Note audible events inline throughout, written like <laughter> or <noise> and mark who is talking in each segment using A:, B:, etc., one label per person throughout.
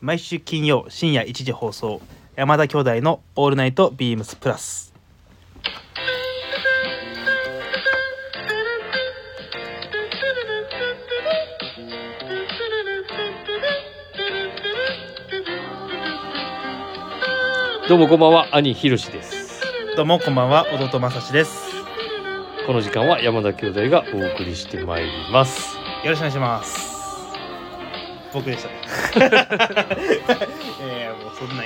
A: 毎週金曜深夜1時放送山田兄弟の「オールナイトビームスプラス」
B: どうもこんばんは兄ひろしです
A: どうもこんばんは弟まさしです
B: この時間は山田兄弟がお送りしてまいります
A: よろしくお願いします僕でした
B: <laughs>
A: ねえー、もうそんな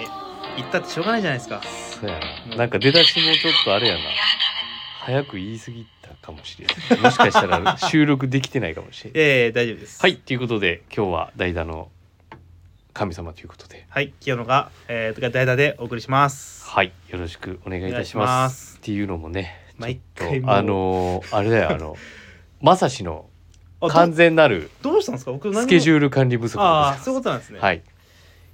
A: 言ったってしょうがないじゃないですか
B: そうやななんか出だしもちょっとあれやな早く言い過ぎたかもしれないもしかしたら収録できてないかもしれない
A: ええ大丈夫です
B: はいということで今日は代打の神様ということで
A: はい清野が、えー、代打でお送りします
B: はいよろしくお願いいたし
A: お願
B: ま
A: いしますす
B: っていうのもね
A: 毎
B: ちょ
A: 回
B: っ
A: も
B: と
A: う
B: あのーあれだよあのまさしの
A: あど
B: 完全なる
A: どうしたんですか僕
B: スケジ
A: ー
B: ュール管理不足でござい
A: ああ
B: ま
A: ー
B: す
A: そういうことなんですね
B: はい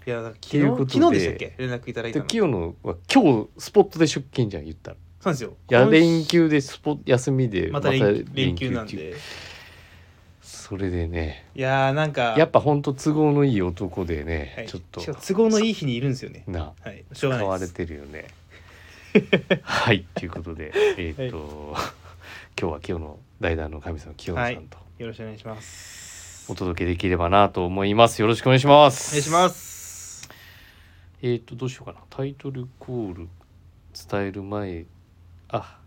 A: いやなんか
B: というこ
A: 昨
B: と
A: 日昨日
B: で
A: でしたっけ連絡いただいたのそ
B: で
A: う
B: 清野は今日スポットで出勤じゃん言ったら
A: なんですよ
B: いや
A: 今週
B: 連休でスポ休みで
A: また連
B: 連
A: 連休なん
B: っていう
A: で
B: それでね
A: いやーなんか
B: やっぱほんと都合のいい男でね、
A: はい
B: ちょっと
A: しかも都合のいい日にいるんですよね
B: な
A: はいし
B: 使
A: ょうがな
B: わ
A: いで
B: れ
A: す
B: てる
A: <laughs>
B: よねはいということでえーっと、今日は今日の代打の神様清野さんと
A: よろしくお願いします
B: お届けできればなと思いますよろしくお願いします
A: お願いします
B: えーっとどうしようかなタイトルコール伝える前あ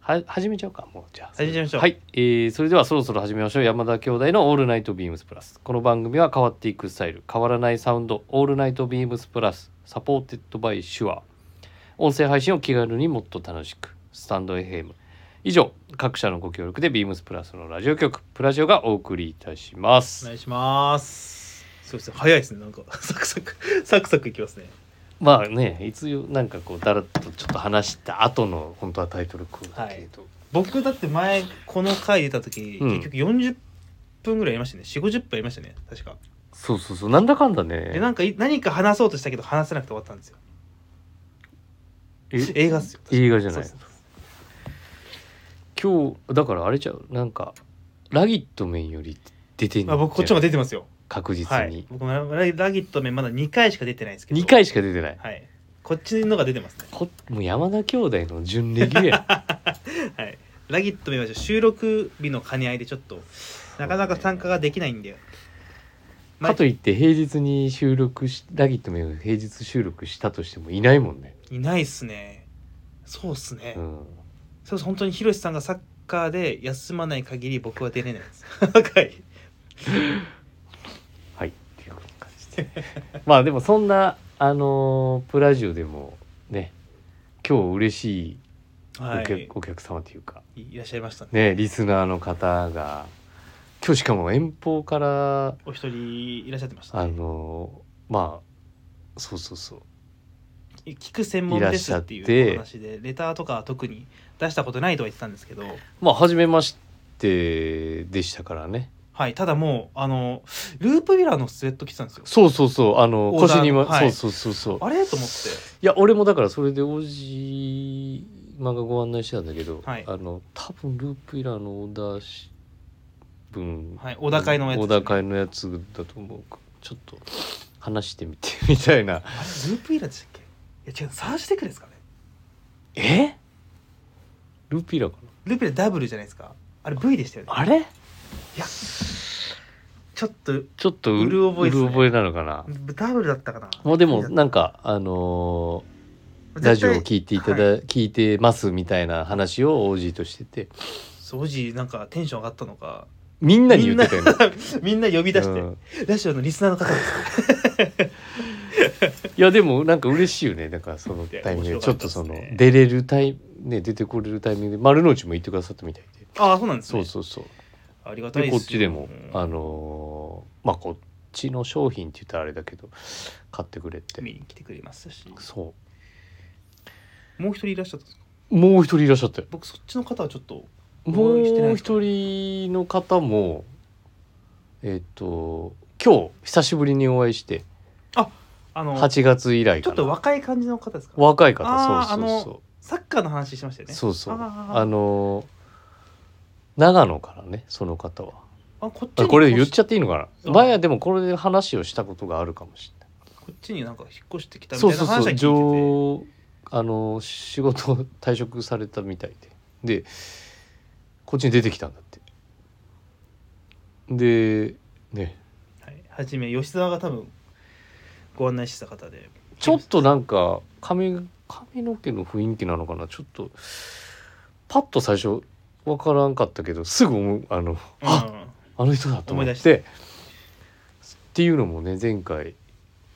B: は始めちゃうかもうじゃあ
A: 始めちゃいましょう
B: はい、えーそれではそろそろ始めましょう山田兄弟の「オールナイトビームスプラス」この番組は変わっていくスタイル変わらないサウンド「オールナイトビームスプラス」サポーテッドバイシュア音声配信を気軽にもっと楽しくスタンド FM 以上各社のご協力でビームスプラスのラジオ局プラジオがお送りいたしま
A: お
B: す、
A: 願いしますそうですね早いですねなんか <laughs> サクサクサクサクいきますね
B: まあねいつよなんかこうだらっとちょっと話した後の本当はタイトルコールだけれど、
A: 僕だって前この回出た時、
B: うん
A: 結局40分ぐらいやりましたね4 5 0分やりましたね確か
B: そうそうそうなんだかんだ
A: で
B: ね
A: なんかい何か話そうとしたけど話せなくて終わったんですよ
B: え
A: 映画っすよ
B: 映画じゃない
A: そうそう
B: 今日だからあれちゃうなんかラギットメンより出てん
A: まあ、僕こっちも出てますよ
B: 確実
A: は
B: に
A: い、僕もララギット面まだ2回しか出てないんですけど
B: 2回しか出てない
A: はいこっちのが出てますね
B: こもう山田兄弟の準レギュや <laughs>
A: はいラギット面は収録日の兼ね合いでちょっとなかなか参加ができないんでまあ
B: かといって平日に収録しラギットメンを平日収録したとしてもいないもんね、
A: いないっすねそうっすね、
B: うん、
A: そうです本当にヒロシさんがサッカーで休まない限り僕は出れないです
B: <laughs>
A: はい
B: はいっていう感じでまあでもそんなあのープラジオでもね今日嬉しいお
A: は
B: 客,、
A: い
B: お客様というか
A: いらっしゃいましたね
B: ねリスナーの方が今日しかも遠方から
A: お一人いらっしゃってました
B: あ
A: ね、
B: のまあそうそうそう
A: 聞く専門ですって
B: いらっしゃっ
A: いうお
B: て
A: 話でレターとかは特に出したことないとは言ってたんですけど
B: まあ初めましてでしたからね
A: はいただもうあのループヴィラのスウェット着てたんですよ
B: そうそうそうあの
A: オーダー
B: 腰にま、
A: はい
B: そうそうそうそう
A: あれと思って
B: いや俺もだからそれでおじまがご案内してたんだけど、
A: はい
B: あの多分ループイラーのオーダーし分、
A: はい小高いのやつ
B: オーダー会のやつだと思うかちょっと話してみて <laughs> みたいな
A: あれループヴィラでしたっけいや違うサージテクですかね
B: えループイラーかな
A: ループヴィラダブルじゃないですかあれ V でしたよね
B: あれ
A: いやちょっと
B: ちょっとう
A: うる覚えっすね
B: うる覚えなのかな
A: ダブルだったかな
B: もうでもなんんかあのーラジオを聞いていただ、聞いてますみたいな話を OG としてて
A: 掃除なんかテンション上がったのか <laughs>
B: みんなに言ってたよね。
A: みんな呼 <laughs> び出して、
B: うん
A: ラジオのリスナーの方
B: <laughs>
A: です
B: いやでもなんか嬉しいよねだからそのタイミングで
A: 面白
B: ちょ
A: か
B: っ
A: った
B: と
A: っす
B: そ
A: ね
B: の出れるタイね出てこれるタイミングで丸の内も行ってくださったみたいで
A: ああそうなんです、
B: そ
A: ね、
B: うそうそう
A: ありがたい
B: で
A: です
B: こ
A: よ
B: っちでも
A: うん
B: あのーまあこっちの商品って言ったらあれだけど買ってくれて
A: 見に来てくれますし
B: そ
A: もう一人いらっしゃったんですか
B: うもう一人いらっしゃったよ
A: 僕そっちの方はちょっと
B: も
A: お会いしてな
B: う
A: いですか
B: 一人の方もえっと今日久しぶりにお会いして
A: あのち
B: 8月以来
A: ょ
B: か
A: っ
B: な
A: と若い感じの方ですか
B: 若い方
A: あー
B: そうそうそ
A: サッカーの話してました
B: う、
A: よね
B: そうそう
A: あ
B: あ
A: ー
B: のー長野からねその方は
A: あこっち
B: あ
A: に
B: これ言っちゃっていいのか
A: う
B: なん前はでもこれで話をしたことがあるかもしれない
A: こっちになんか引っ越してきたみ
B: そう
A: たい
B: そ
A: な
B: うそ
A: 話は聞
B: う
A: いててう
B: 上あの仕事を退職されたみたいででこっちに出てきたんだってでね
A: はい、はじめ吉沢が多分ご案内してた方で
B: ちょっとなんか髪髪の毛の雰囲気なのかなちょっとパッと最初わからんかったけどすぐ思うあのあ
A: うん
B: あの人だと思っ
A: 思い
B: て
A: 出して
B: っていうのもね前回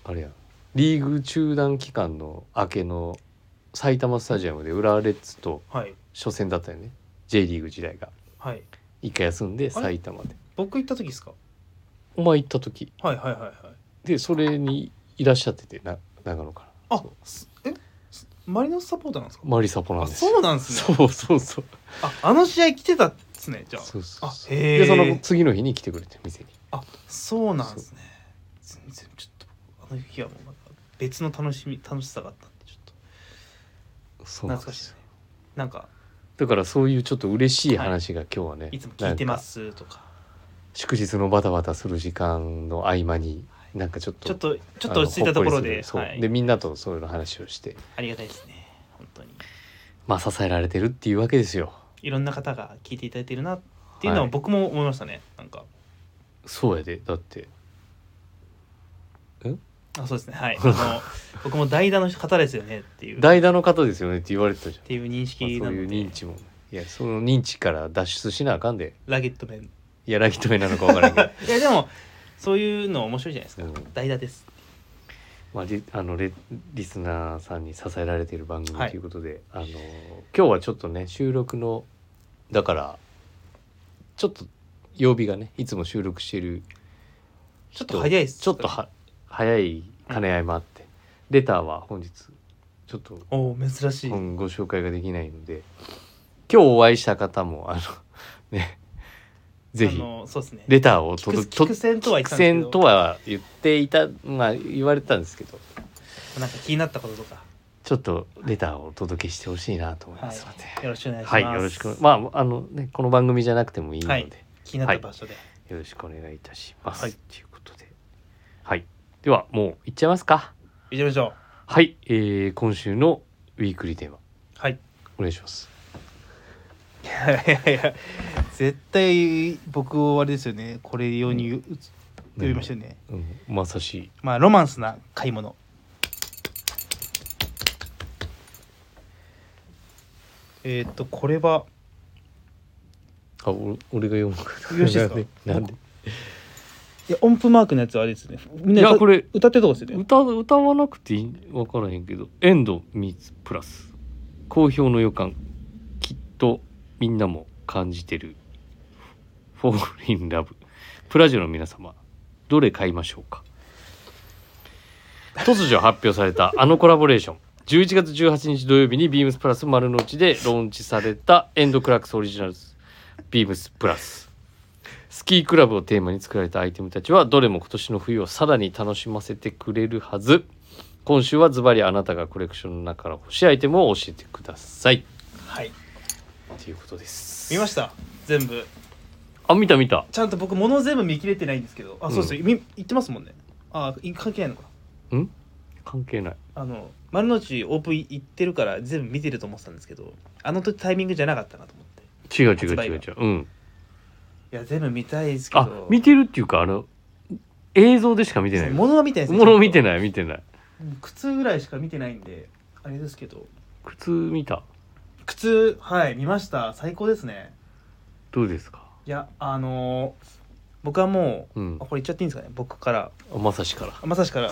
B: あれやリーグ中断期間の明けの埼玉スタジアムで浦和レッズと
A: はい
B: 初戦だったよね J リーグ時代が
A: はい
B: 一回休んで埼玉で
A: 僕行った時ですか
B: お前行った時
A: はいはいはいはい
B: でそれにいらっしゃっててな長野から
A: あ
B: そう
A: すえすマリノスサポーターなんですか、
B: マリサポなん
A: あ
B: ですよ
A: そうなんですね
B: そうそうそう
A: ああの試合来てたっすねじゃあ
B: そうそうそう
A: あへー
B: でその次の日に来てくれて店に
A: あそうなんですね全然ちょっとあの日はもうなんか別の楽しみ楽しさがあったんでちょっと
B: そうなん
A: 懐か
B: で
A: しいです
B: す
A: ねなんか
B: だからそういうちょっと嬉しい話が今日はね、
A: いつも聞いてますとか
B: 祝日のバタバタする時間の合間になんかちょっと
A: ちょっとちょっと落ち着いたところ
B: あのほっ
A: で
B: りするそう、
A: はい
B: でみんなとそういうの話をして
A: ありがたいですね本当に
B: まあ支えられてるっていうわけですよ
A: いろんな方が聞いていただいてるなっていうのは
B: はい
A: 僕も思いましたね、なんか
B: そうやでだって
A: あそうですね
B: <laughs>
A: はいあの僕も代打の方ですよねっていうっ
B: 代打の方ですよねって言われてたじゃん、
A: ていう認識
B: ま
A: な
B: あそうい
A: の
B: う
A: で、
B: 認知もいやその認知から脱出しなあかんで
A: ラゲットメン
B: いやラギトメなのかわからんけど
A: いやでもそういうの面白いじゃないです <laughs> か、
B: うん
A: 代打です
B: まあ、リあのレリスナーさんに支えられている番組
A: はい
B: ということで、あの今日はちょっとね収録のだからちょっと曜日がねいつも収録してる
A: ちょっと早いです
B: ちょっとは早い兼ね合いもあって、レターは本日ちょっと
A: おお珍しい、
B: うんご紹介ができないので今日お会いした方もあのねぜひ
A: あのそうですね
B: レターを届
A: 聞く線とは言ってたんですけど
B: 聞く線とは言っていたまあ言われてたんですけど
A: なんか気になったこととか、
B: ちょっとレターをお届けしてほしいなと思い
A: は
B: ますので、
A: い、よろしくお願いします
B: はい、よろしく、まあ、あのね、この番組じゃなくてもいいので、
A: はい気になった場所で、
B: よろしくお願いいたします。と、
A: はい
B: い、うことで、はい、では、もう行っちゃいますか。
A: 行きましょう
B: はい、えー、今週のウィークリーテーマ、
A: はい <laughs>
B: お願いします。
A: いやいやいや絶対僕をあれですよねこれ用に呼びましたよね、
B: うん、まさし、
A: まあロマンスな買い物えーっとこれは
B: あ、お俺が読むか
A: よろしいですか
B: なんで、
A: いや音符マークのやつはあれですねみん
B: い
A: な
B: や
A: 歌
B: これ
A: 歌ってるとこですよね
B: 歌、歌わなくていい、わからへんけど、エンドミーツプラス。好評の予感、きっとみんなも感じてる。フォーリンラブ、プラジオの皆様、どれ買いましょうか。突如発表されたあのコラボレーション。11月18日土曜日にビームスプラス丸の内でローンチされたエンドクラックスオリジナルズビームスプラス。スキークラブをテーマに作られたアイテムたちはどれも今年の冬をさらに楽しませてくれるはず今週はズバリあなたがコレクションの中から欲しいアイテムを教えてください
A: はい
B: っていうことです
A: 見ました全部
B: あ見た見た
A: ちゃんと僕物全部見切れてないんですけどあそうです
B: う
A: よ、み言ってますもんねあい関係ないのか
B: ん関係ない
A: あの丸の内オープン行ってるから全部見てると思ってたんですけどあの時タイミングじゃなかったなと思って
B: 違う違
A: 発
B: う
A: 売
B: 違
A: が
B: う違ううん
A: いや全部見たいですけど
B: あ見てるっていうかあの映像でしか見てない
A: 物は見てないですね
B: 物見て
A: い
B: ない見てない
A: 靴ぐらいしか見てないんであれですけど
B: 靴見た
A: 靴はい見ました最高ですね
B: どうですか
A: いやあのー僕はもう、
B: うん
A: あこれ言っちゃっていいんですかね僕から
B: あまさしから
A: あまさしから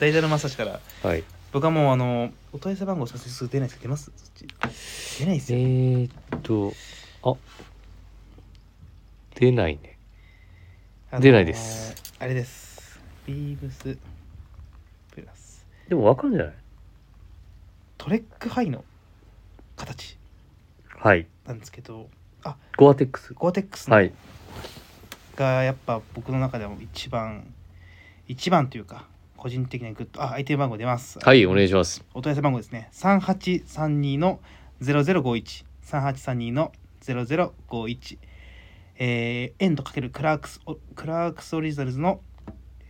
A: 大体のまさしから
B: はい
A: 僕はもうあのーお問い合わせ番号すいませんすぐ出ないです出ますそっち出ないです
B: え
A: よ、
B: ー、っとあ出ないね
A: あのー
B: 出ないです
A: あれですビームスプラス
B: でもわかるんじゃない
A: トレックハイの形
B: はい
A: なんですけど
B: ゴアテックス
A: ゴアテックスの
B: はい
A: がやっぱ僕の中でも一番一番というか個人的にグッとあ相手番号出ます
B: はい、お願いします。
A: お問い合わせ番号ですね3832の0051 3832の0051えー、エンド×クラークスオクラークスオリジナルズの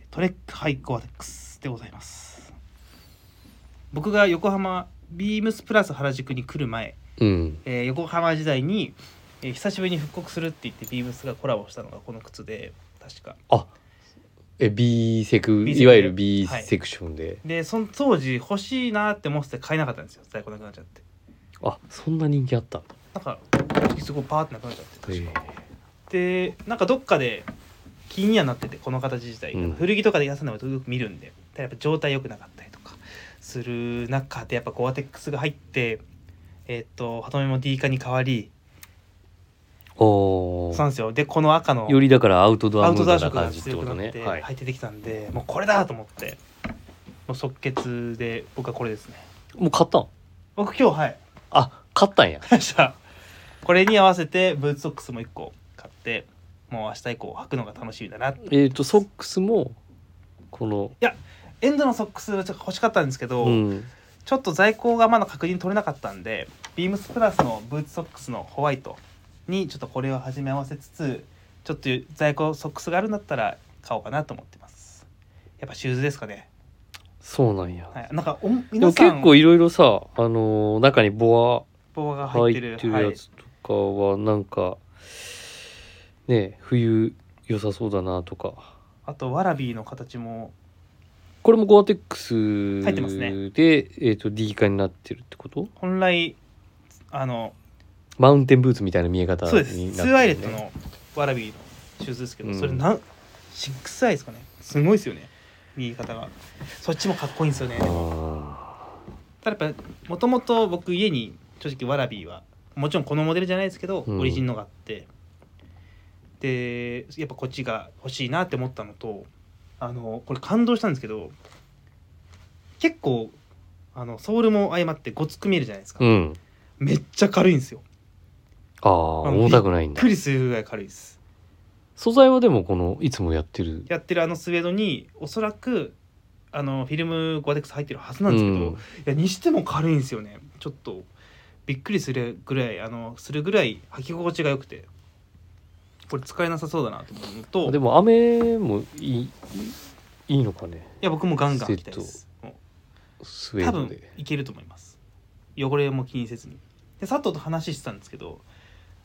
A: トレックハイゴアテックスででございます僕が横浜ビームスプラス原宿に来る前、
B: うん
A: えー横浜時代に、えー久しぶりに復刻するって言ってビームスがコラボしたのがこの靴で確か
B: あえ B セク
A: B セクで
B: いわゆる B
A: はい
B: セクションで、
A: でその当時欲しいなって思ってて買えなかったんですよ在庫なくなっちゃって
B: あそんな人気あったんだ
A: だからすごいパーってなくなっちゃって確かでなんかどっかで気にはなっててこの形自体、
B: うん
A: 古着とかで安いのもよく見るんでただやっぱ状態良くなかったりとかする中でやっぱゴアテックスが入ってえーっとハトメも D 化に変わり
B: お
A: そうなんですよでこの赤の
B: よりだからアウトド
A: ア
B: ア
A: ウ
B: ム
A: ト
B: ー
A: ドア
B: ドな
A: 色が
B: 感じって
A: 強
B: こ
A: く
B: と
A: な
B: ね
A: って
B: はい、
A: 入ってきたんで、もうこれだと思ってもう即決で僕はこれですね
B: もう買ったん
A: 僕今日はい <laughs>
B: あ買ったんや
A: 明日これに合わせてブーツソックスも1個買ってもう明日以降履くのが楽しみだなって
B: えっ、とソックスもこの
A: エンドのソックスはちょっと欲しかったんですけど、
B: うん
A: ちょっと在庫がまだ確認取れなかったんでビームスプラスのブーツソックスのホワイトにちょっとこれを始め合わせつつちょっと在庫ソックスがあるんだったら買おうかなと思ってますやっぱシューズですかね、
B: そうなんや、
A: はい、なんかお
B: でも
A: 皆さん
B: 結構いろいろさあのー中にボ
A: 棒が
B: ア
A: 入っ
B: 入ってて
A: る
B: る
A: は
B: や
A: い、
B: つとかはなんか、ね冬良さそうだなとか
A: あとワラビーの形も
B: これもゴアテックス
A: 入ってますね
B: で、えー、と D 化になってるってこと
A: 本来あの
B: マウンテンブーツみたいな見え方に
A: そうで
B: なって
A: す
B: る、ね、
A: ツーアイレットのワラビーのシューズですけど、
B: うん
A: それなんシックスアイですかねすごいですよね右肩がそっちもかっこいいんですよね
B: あ
A: ただやっぱもともと僕家に正直ワラビーはもちろんこのモデルじゃないですけど、
B: うん
A: オリジンのがあってでやっぱこっちが欲しいなって思ったのとあのこれ感動したんですけど結構あのソールも相まってごつく見えるじゃないです
B: ー
A: か、
B: うん
A: めっちゃ軽いんですよ
B: あー重たくない
A: び
B: ん
A: っ
B: だ
A: くりするぐらい軽いです
B: 素材はでもこのいつもやってる
A: やってるあのスウェードにおそらくあのフィルムゴアテックス入ってるはずなんですけど、
B: うん
A: いやにしても軽いんですよねちょっとびっくりするぐらいあのするぐらい履き心地が良くてこれ使えなさそうだなと思うのと
B: で
A: い
B: も雨もいいいいのかね
A: や僕もガンガン履きたいですも
B: スウ
A: う
B: ェ
A: 多
B: ード
A: 分
B: で
A: いけると思います汚れも気にせずにで佐藤と話してたんですけど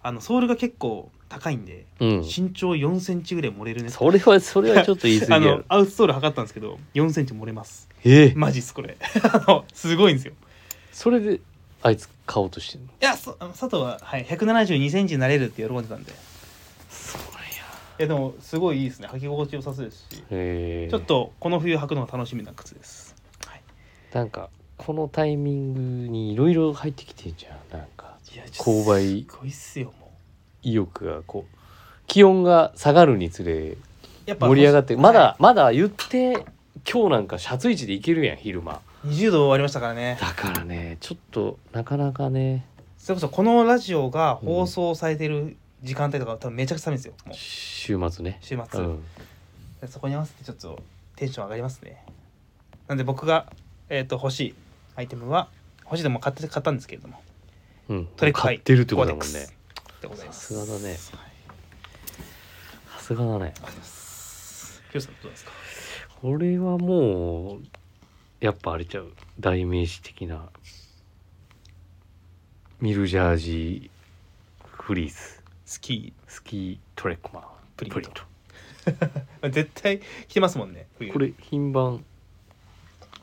A: あのソールが結構高いんで
B: うん
A: 身長4センチぐらい漏れるね
B: それはそれはちょっと言い
A: <laughs>
B: 過
A: あ
B: ぎやろ
A: のアウトソール測ったんですけど4センチ漏れます
B: ええ
A: マジっすこれ <laughs> あのすごいんですよ
B: それであいつ買おうとしてんの
A: いやそあの佐藤は、はい、172センチになれるって喜んでたんでい
B: そや
A: やでもすごいいいですね履き心地良さそうですし、
B: ええ
A: ちょっとこの冬履くのが楽しみな靴です
B: なんかこのタイミングにいろいろ入ってきてんじゃんなんか
A: いや
B: 購買
A: すごいっすよも
B: 意欲がこう気温が下がるにつれ
A: うやっ
B: 盛り上がって
A: はい
B: まだまだ言って今日なんかシャツ位置でいけるやん昼間
A: 20度終わりましたからね
B: だからねちょっとなかなかね
A: それこそこのラジオが放送されてる時間帯とか多分めちゃくちゃ寒いですよもう
B: 週末ね
A: 週
B: う
A: 末、
B: ん
A: そこに合わせてちょっとテンション上がりますねなんで僕が、えー、と欲しいアイテムは欲しいでも買って買ったんですけれども
B: うん
A: トレック
B: 買ってるってことだもん
A: ゴアテッ
B: ね
A: クスでございます
B: さすがだね
A: はい
B: さすがだね
A: ありがとうございます。ヒロさんどうですか。
B: これはもうやっぱあれちゃう代名詞的なミルジャージフリース
A: スキ
B: スキートレックマン
A: プリント
B: プリント
A: ー <laughs> 絶対着てますもんね。冬
B: これ品番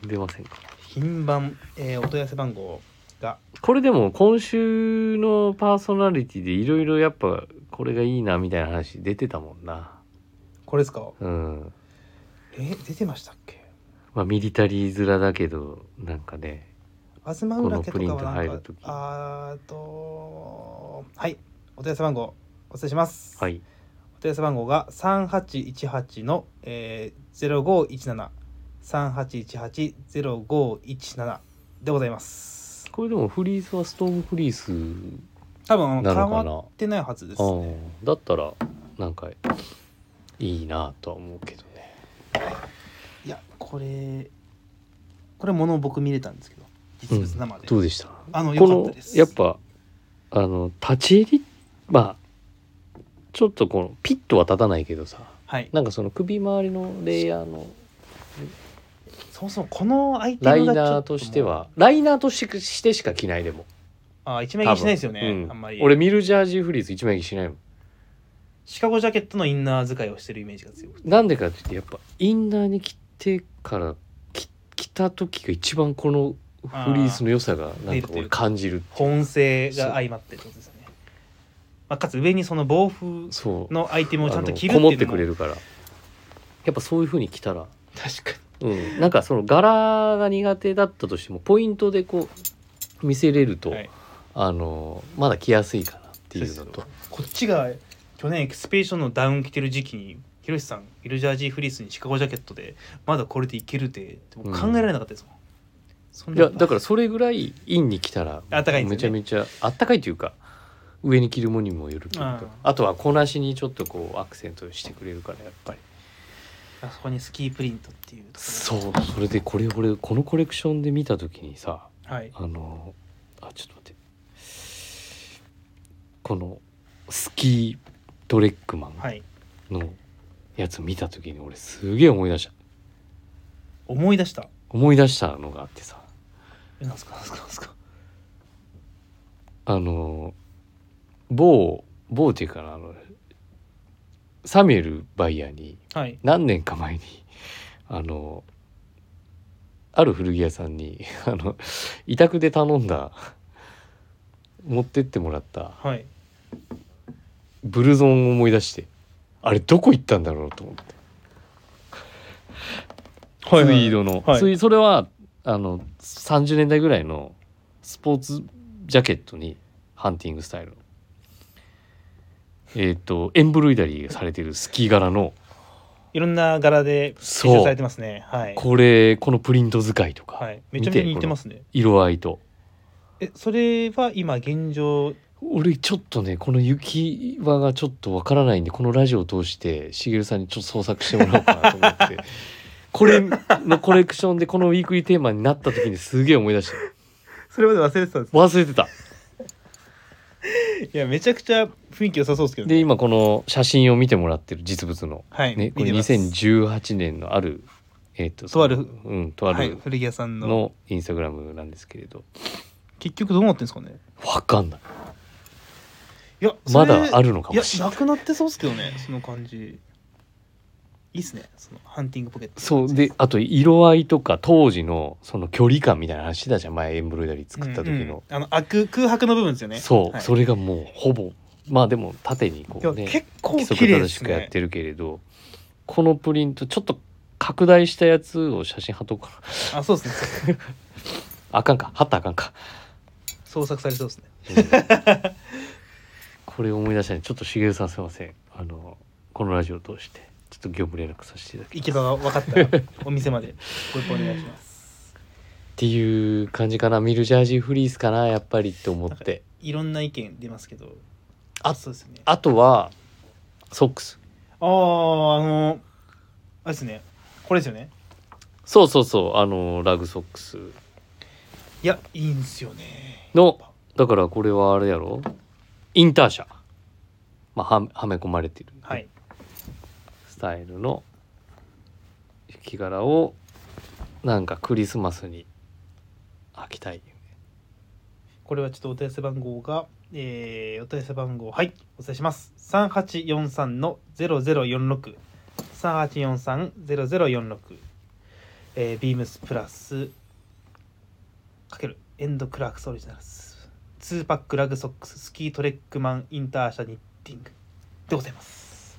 B: 出ませんか
A: 品番、えー、お問い合わせ番号が
B: これでも今週のパーソナリティでいろいろやっぱこれがいいなみたいな話出てたもんな
A: これですか。
B: うん
A: えー、出てましたっけ。
B: まあミリタリー面だけどなんかね
A: 東浦家とか
B: このプリント
A: は
B: 入
A: なん
B: る
A: か
B: 時
A: あーっとはいお問い合わせ番号お伝えします。
B: は。い
A: お問い合わせ番号が三八一八のゼロ五一七三八一八ゼロ五一七でございます。
B: これでもフリースはストームフリース
A: 多分あの
B: なの
A: 変
B: か
A: わ
B: な
A: ってないはずです
B: あ
A: ね。
B: あだったらなんかいいなとは思うけどね
A: いやこれこれ物を僕見れたんですけど実物生で、
B: どうでした
A: あの
B: こ
A: 良かった
B: の
A: です
B: やっぱあの立ち入りまあちょっとこのピットは立たないけどさ
A: はい
B: なんかその首周りのレイヤーの
A: そもそもこのアイテ
B: ラ
A: ム
B: イ
A: がちょっも
B: ナー
A: う
B: としてはライナーとしてしてしか着ないでも
A: あー一
B: 多
A: 枚
B: 分
A: 着しないですよね、
B: うん
A: あんまり
B: 俺ミルジャージーフリーズ一枚着しないもん
A: シカゴジャケットのインナー使いをしてるイメージが強くて
B: なんでかって言ってやっぱインナーに着てから着着た時が一番このフリースの良さがなんか俺感じるっていう
A: 本性が相まってってことですよね、まあ、かつ上にその防風
B: そう
A: のアイテムをちゃんと着る
B: あのこもっ
A: いう
B: て
A: の
B: くれるからやっぱそういうふうに着たら
A: 確かに
B: うん、なんかその柄が苦手だったとしてもポイントでこう見せれると、
A: はい
B: あのまだ着やすいかなっていうのと
A: こっちが去年エクスペディションのダウン着てる時期にひろしさんイルジャージーフリースにシカゴジャケットでまだこれでいけるでって僕考えられなかったですもん、そん
B: い
A: な
B: やだからそれぐらいインに着たら
A: あったかいんで
B: め
A: す
B: ちゃ
A: よね
B: めちゃあったかいというか上に着るものにもよるというか、
A: うん
B: あとはこなしにちょっとこうアクセントしてくれるからやっぱり
A: あそこにスキープリントっていうところ
B: そうそれでこれ俺このコレクションで見た時にさ
A: はい
B: あのあちょっと待ってこのスキードレックマン、
A: はい
B: のやつ見た時に俺すげえ思い出した
A: 思い出した
B: 思い出したのがあってさ
A: えなんすかなんすかなんすか
B: あの某某っていうかなあのサミュエル・バイヤーに
A: はい
B: 何年か前に <laughs> あのある古着屋さんに <laughs> あの委託で頼んだ持ってってもらった
A: はい
B: ブルゾンを思い出してあれどこ行ったんだろうと思ってツイードの、
A: はい
B: ツイそれはあの30年代ぐらいのスポーツジャケットにハンティングスタイルのえっ、とエンブロイダリーがされてるスキー柄の
A: いろんな柄で収
B: そう
A: 集されてますねはい
B: これこのプリント使いと
A: は
B: か
A: いめちゃめちゃ似てますすね
B: 色合いと
A: えそれは今現状
B: 俺ちょっとねこの雪輪がちょっとわからないんでこのラジオを通してしげるさんにちょっと創作してもらおうかなと思
A: <laughs>
B: ってこれのコレクションでこのウィークリーテーマになった時にすげえ思い出した
A: それまで忘れてたんです
B: 忘れてた
A: <laughs> いやめちゃくちゃ雰囲気良さそうですけどね
B: で今この写真を見てもらってる実物の、
A: はい、
B: ね、これ
A: 見てます
B: 2018年のあるえっ、と
A: とある
B: そのうんとあ
A: はい、
B: る
A: 古着屋さんの
B: のインスタグラムなんですけれど、
A: 結局どうなってんですかね
B: わかんない
A: いや
B: まだあ
A: る
B: るのかもしれな
A: や
B: い
A: なくなってそうですけどねその感じいいっすねそのハンティングポケット
B: そうであと色合いとか当時のその距離感みたいな話してたじゃん前エンブロイダリー作った時の、
A: うんうんあのあく空白の部分ですよね
B: そう、
A: はい
B: それがもうほぼまあでも縦にこう
A: いや
B: ね
A: 結構
B: 規則
A: 綺麗
B: 正
A: で
B: し
A: す
B: くやっ
A: ね
B: てるけれどこのプリントちょっと拡大したやつを写真貼っとくか <laughs> な
A: あそうですね
B: あかんか貼ったらあかんか
A: 創作されそうですね <laughs>
B: これ思い出したねちょっとしげるさんすいませんあのこのラジオを通してちょっと業務連絡させていただきます
A: 池田が分かったらお店までご一報お願いします
B: っていう感じかなミルジャージーフリースかなやっぱりって思って
A: いろんな意見出ますけど
B: あ
A: そうですねあ
B: あとはソックス
A: あーあのあれですねこれですよね
B: そうそうそうあのラグソックス
A: いやいいんすよね
B: のだからこれはあれやろインターシャまあははめ込まれてる、
A: はい
B: スタイルの雪柄をなんかクリスマスに履きたい
A: これはちょっとお問い合わせ番号が、えー、お問い合わせ番号はいお伝えします3843の0046 3843-0046えー、ビームスプラスかけるエンドクラークスオリジナルス2パックラグソックススキートレックマンインターシャニッティングでございます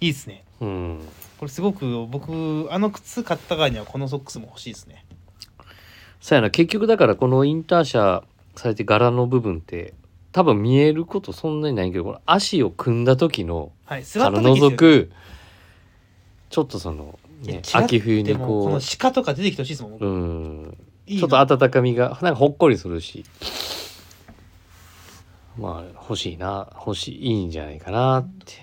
A: いいですね
B: うん
A: これすごく僕あの靴買った側にはこのソックスも欲しいですね
B: そうやな結局だからこのインターシャされて柄の部分って多分見えることそんなにないけどこの足を組んだ時の
A: はい座
B: か
A: った
B: ら
A: 時ですよ
B: 覗
A: ね
B: くちょっとその、ね
A: いや
B: 秋冬に
A: でもこ
B: こ
A: の鹿とか出てきてほしいですもん、
B: う
A: 僕
B: うん
A: いい
B: ちょっと温かみがなんかほっこりするしまあ欲しいな欲しいいいんじゃないかなって、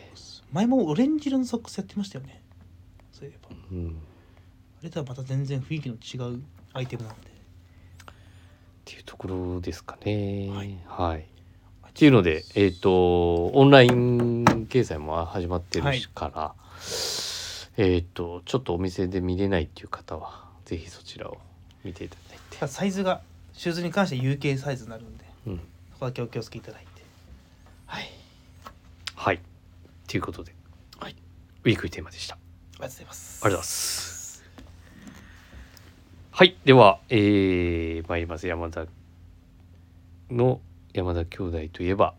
A: 前もオレンジ色のソックスやってましたよねそういえばあ
B: うん、っ
A: れとはまた全然雰囲気の違うアイテムなんで
B: ていうところですかね
A: はい、
B: はいっていうので、えっとオンライン掲載も始まってるしから、えーっとちょっとお店で見れないっていう方はぜひそちらを見ていただい
A: ただサイズがシューズに関しては UK サイズになるんで
B: て、うん、
A: そこだけお気をつけいただいてはいあり
B: はいということで、はい、ウィークリーテーマでした
A: がとうございます
B: ありがとうございます。はい、では、えー、参ります。山田の山田兄弟といえば、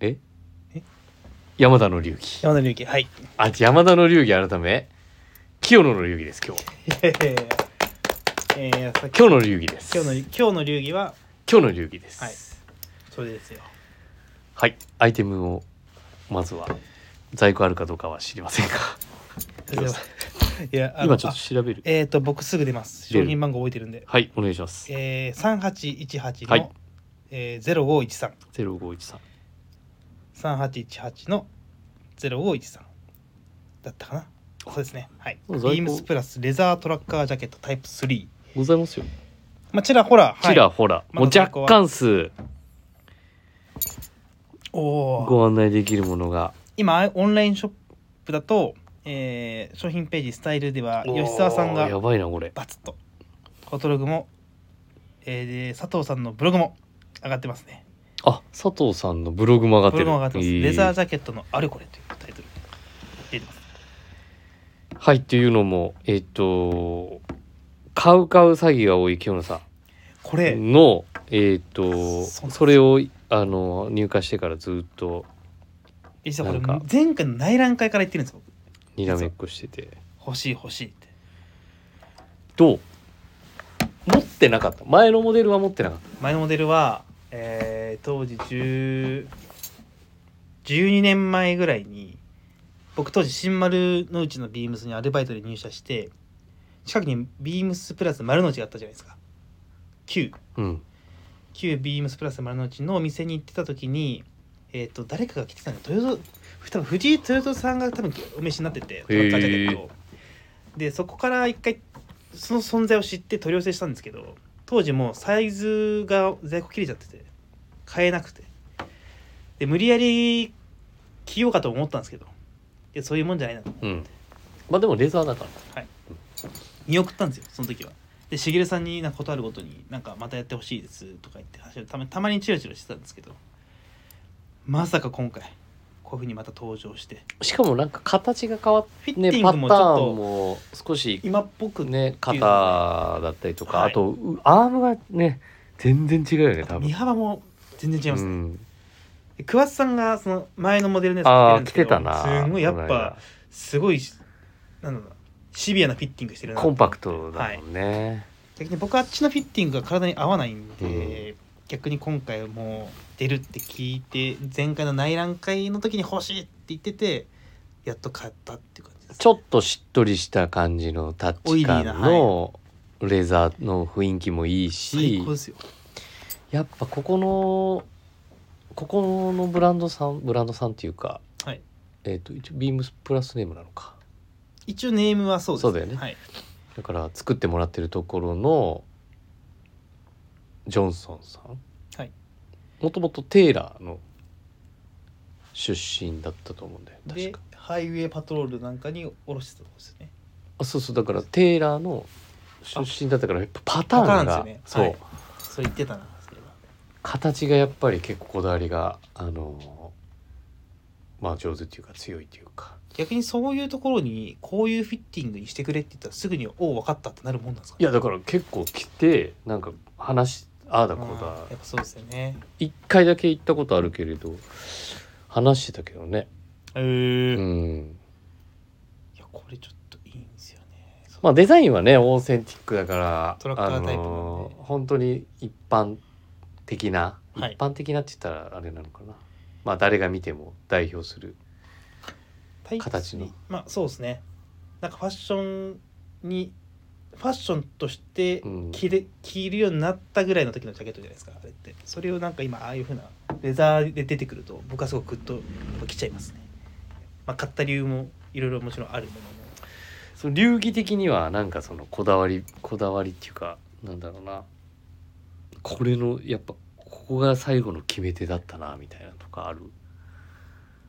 B: え
A: え
B: 山田の流儀。
A: 山田隆起はい <laughs>
B: あ、山田の流儀改め、清野の流儀です、今日。
A: えーえー、さっき
B: 今日の流儀です。
A: 今日の今日の流儀は
B: 今日の流儀です。
A: はいそれですよ
B: はい、アイテムを、まずは、在庫あるかどうかは知りませんが、どうぞ
A: いやあの
B: 今ちょっ
A: あ
B: と調べる。
A: えっ、と僕すぐ出ます
B: 出
A: 商
B: る
A: 品番号覚えてるんで
B: はい、お願いします。
A: えー、3818の、
B: はい
A: えー、
B: 0513。
A: 05133818の0513だったかなそうですねはいビ
B: 在庫
A: ームスプラスレザートラッカージャケットタイプ3
B: ございますよ。
A: まあちらほら、はい、
B: ちらほら、
A: ま
B: もう
A: だ在
B: 若
A: 庫は
B: 干数
A: おお
B: ご案内できるものが
A: 今オンラインショップだと、えー、商品ページスタイルでは吉沢さん
B: お
A: が
B: ーやばいなこれ
A: バツッとフォトログも、えーで佐藤さんのブログも上がってますね
B: あ佐藤さんのブログも上がっ
A: ブ
B: て
A: ログ
B: る
A: も上がってます、
B: えー
A: レザージャケットのあれこれというタイトルで出てます
B: はいっていうのもえっと買う買う詐欺が多い清野さ
A: これ、
B: んのえっと
A: そうなんです
B: それをあの入荷してからずっと
A: 実はこれ
B: なんか
A: 前回の内覧会から言ってるんですよ
B: にらめっこしてて
A: 欲しい欲しいって
B: どう持ってなかった前のモデルは持ってなかっ
A: 前のモデルは、えー当時10 12年前ぐらいに僕当時新丸の内のビームスにアルバイトで入社して近くにビームスプラス丸の内があったじゃないですか旧
B: たうん
A: 旧ビームスプラス丸の内のお店に行ってた時にえっ、と誰かが来てたんで豊洲多分藤井豊洲さんが多分お召しになっててトラッカージャケットをでそこから一回その存在を知って取り寄せしたんですけど当時もうサイズが在庫切れちゃってて買えなくてで無理やり着ようかと思ったんですけどいやそういうもんじゃないなと
B: うんまあでもレザーだから
A: 見送ったんですよその時は。でしげるさんになんかことあるごとになんかまたやってほしいですとか言って話をたまたまにチラチラしてたんですけどまさか今回こういうふうにまた登場して
B: しかもなんか形が変わっ
A: フィッテ
B: ね
A: ィン
B: パタ
A: グ
B: ーン
A: もちょっと
B: も少し
A: 今っぽく
B: ね、
A: ていうのがね
B: 肩だったりとか、
A: はい
B: あとうアームがね全然違うよね多分
A: 身幅も全然違います
B: う
A: ね。
B: ん、
A: で桑田さんがその前のモデルのやつ
B: ああ
A: 着
B: 来
A: てる
B: て
A: んですけど
B: たな
A: すごいやっ
B: この
A: ぱ
B: 間
A: すごいしなんだろうなシビアなフィッティングしてるな
B: コンパクトだもんね、
A: 逆に僕はあっちのフィッティングが体に合わないんで、逆に今回もう出るって聞いて前回の内覧会の時に欲しいって言っててやっと買ったっていう感じです
B: ちょっとしっとりした感じのタッチ感のレザーの雰囲気もいい
A: 最
B: し
A: 高ですよ
B: やっぱここのここのブランドさんブランドさんっていうか、
A: はい
B: えっ、と一応ビームスプラスネームなのか
A: 一応ネームはそうです
B: そうだよね
A: はい、
B: だから作ってもらってるところのジョンソンさん、
A: はい
B: もともとテイラーの出身だったと思うんだよ確
A: で
B: か
A: ハイウェイパトロールなんかに下ろしてたとこですよね
B: あそうそうだからテイラーの出身だったからやっぱパタ
A: パタ
B: ー
A: ー
B: ン
A: ン
B: が
A: です
B: そ
A: よ
B: う、
A: ねはいそれ言ってたなそれは
B: 形がやっぱり結構こだわりがあのーまあ上手っていうか強いっていうか
A: 逆にそういうところにこういうフィッティングにしてくれって言ったらすぐに「おお分かった」ってなるもんなんですか
B: いやだから結構来てなんか話ああだ
A: あ
B: こうだ
A: ーやっぱそうですよね
B: 一回だけ行ったことあるけれど話してたけどね
A: えー
B: うん
A: いやこれちょっといいんですよね
B: まあデザインはねオーセンティックだから
A: トラッカータイプなんで
B: のー本当に一般的な、
A: はい
B: 一般的なって言ったらあれなのかなまあ誰が見ても代表する
A: タイツ
B: 形の
A: にまあそうですねなんかファッションにファッションとして
B: うん
A: 着れ、着るようになったぐらいの時のジャケットじゃないですかあれってそれをなんか今ああいうふうなレザーで出てくると僕はすごくグッとやっぱ着ちゃいますね、まあ、買った理由もいろいろもちろんあるものの
B: その流儀的にはなんかそのこだわりこだわりっていうかなんだろうなこれのやっぱここが最後の決め手だったなみたいなとかある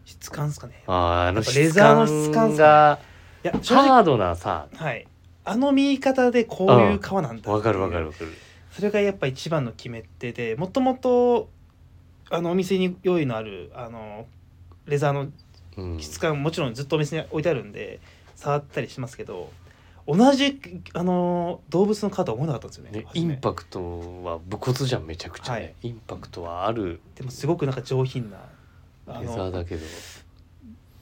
A: 質感ですかね
B: あーあの
A: やっぱ
B: 質
A: レザーの質感っす
B: 感
A: ね
B: が
A: いや正直
B: ハードなさ
A: はいあの見え方でこういう革なんだ
B: わかるわか
A: る
B: るわかる
A: それがやっぱ一番の決め手でもともとあのお店に用意のあるあのレザーの
B: うん
A: 質感もちろんずっとお店に置いてあるんで触ったりしますけど同じあの動物の革とは思わなかったんですよね
B: ね
A: 初
B: イ
A: め
B: ンパクトは武骨じゃんめちゃくちゃね、
A: はい
B: インパクトはある
A: でもすごくなんか上品なあ
B: レザー
A: の
B: だけど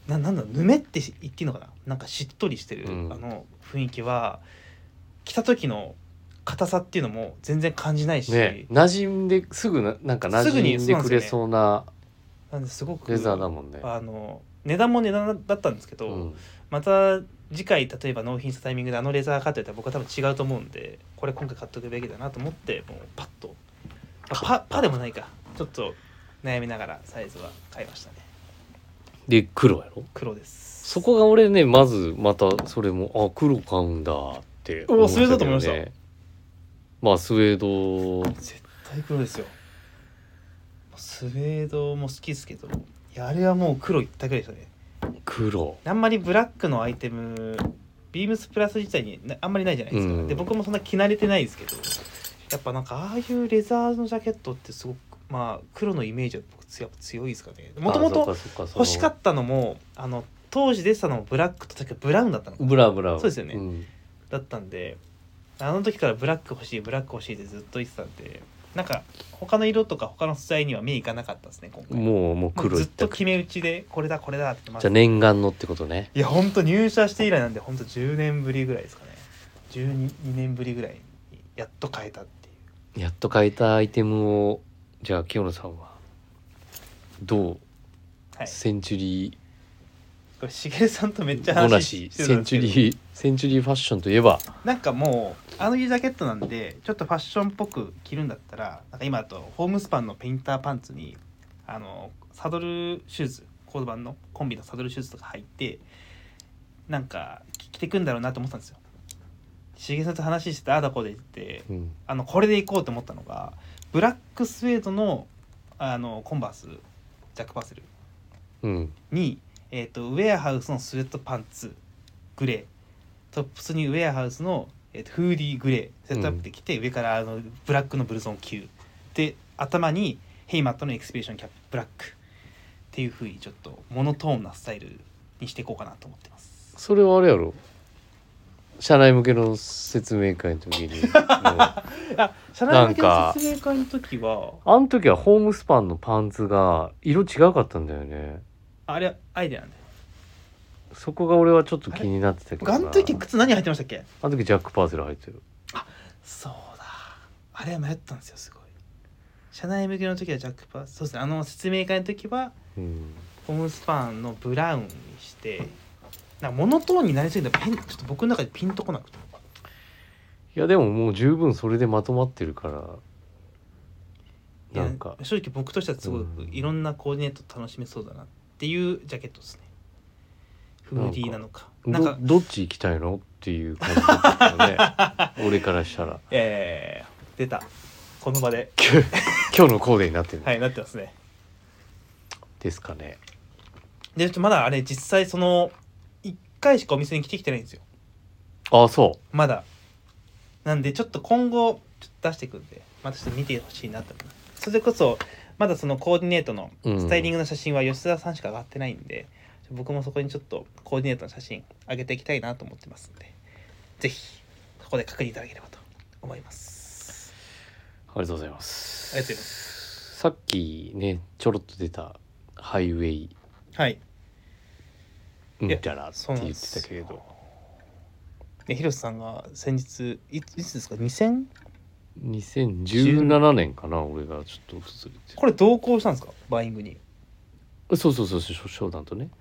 A: ななんだぬめって言っていいのかななんかしっとりしてる、
B: うん
A: あの雰囲気は着た時の硬さっていうのも全然感じないし、
B: ね馴染んですぐななんか馴染ん
A: す
B: で
A: ぐに
B: くれそうな
A: なんですごく
B: レザーだもんね、
A: あの値段も値段だったんですけ
B: う
A: ど、
B: ん、
A: また次回例えば納品したタイミングであのレザー買ってたら僕は多分違うと思うんでこれ今回買っとくべきだなと思ってもうパッとあパパでもないかちょっと悩みながらサイズは買いましたね
B: で黒やろ
A: 黒です
B: そこが俺ねまずまたそれもあ黒買うんだって
A: うわスウェードだと思いました
B: ねまあスウェード
A: 絶対黒ですよスウェードも好きですけどいやあれはもう黒一択でしたね
B: 黒
A: あんまりブラックのアイテムビームスプラス自体になあんまりないじゃないですか、
B: うん
A: で僕もそんな着慣れてないですけどやっぱなんかああいうレザーのジャケットってすごくまあ黒のイメージは僕やっぱ強いですかねもともと欲
B: 欲
A: しかったのもあの当時出てたのもブラックと確かブラウンだったのかな
B: ブラブラ
A: そうですよね
B: ん
A: だったんであの時からブラック欲しいブラック欲しいってずっと言ってたんでなんか他の色とか他の素材には目いかなかったですね今回も
B: もうもう
A: う
B: 黒
A: ず
B: い
A: っと決め打ちでこれだこれだってまず
B: じゃあ念願のってことね
A: いや本当入社して以来なんで本当10年ぶりぐらいですかね12 2年ぶりぐらいにやっと変えたっていう
B: やっと買えたアイテムをじゃあ清野さんはどう、
A: はい
B: センチュリ
A: これしげるさんとめっち
B: ー
A: ゃ
B: ゴナ
A: 話
B: シ
A: して
B: セ
A: たん
B: ン
A: です
B: チ
A: け
B: ュ
A: ど
B: リーセンチュリーファッションといえば
A: なんかもうあのジャケットなんでちょっとファッションっぽく着るんだったらなんか今だとホームスパンのペインターパンツにあのサドルシューズコードバンのコンビのサドルシューズとか履いてなんか着てくんだろうなと思ってたんですよ。しげるさんと話してたああだこうで言って
B: うん
A: あのこれで行こうと思ったのがブラックスウェードのあのコンバースジャックパセル
B: うん
A: に、えー、とウェアハウスのスウェットパンツグレートップスにウェアハウスの、えーとフーディーグレーセットアップできて、上からあのブラックのブルゾン級で頭にヘイマットのエクスペリションキャップブラックっていうふうにちょっとモノトーンなスタイルにしていこうかなと思ってます。
B: それはあれやろ社内向けの説明会の時
A: <laughs>
B: にもうあ
A: あ社内向けの説明会の時は
B: の時はホームスパンのパンツが色違かったんだよね
A: あれはアイデアなんで
B: そこが俺はちょっと気になってたけど
A: 僕
B: な
A: あの時靴何履いてましたっけ
B: あの時ジャックパーセル入ってる
A: そうだあれは迷ったんですよすごい社内向けの時はジャックパーそうですねあの説明会の時は
B: うん
A: ホームスパンのブラウンにしてなんかモノトーンになりすぎてピンちょっと僕の中でピンとこなくて
B: いやでももう十分それでまとまってるから
A: いや
B: なんか
A: 正直僕としてはすご
B: う
A: く
B: ん
A: いろんなコーディネート楽しめそうだなっていうジャケットですねフーディーなのか
B: ど
A: なんか
B: どっち行きたいのっていう感じだったよ
A: <laughs>
B: ね俺からしたら
A: えー、出たこの場で
B: 今日のコーデになってるん
A: はいなってますね
B: ですかね、
A: でちょっとまだあれ実際その1回しかお店に来てきてないんですよ
B: ああそ
A: まだなんでちょっと今後ちょっと出していくんでまたちょっと見てほしいなと思いますそれこそまだそのコーディネートの
B: うん
A: スタイリングの写真は吉田さんしか上がってないんで、僕もそこにちょっとコーディネートの写真上げていきたいなと思ってますんでぜひそこで確認いただければと思います
B: うありがとうございます
A: ありがとうございます
B: さっきねちょろっと出たハイウェイ
A: はい
B: うん
A: いや
B: じゃらって
A: そうなん
B: 言
A: で
B: って
A: す
B: たけれど
A: で広瀬さんが先日いついつですか 2000?
B: 2017年かな俺がちょっと訪れて
A: これ同行したんですかバイングに
B: そうそうそうそう商談とね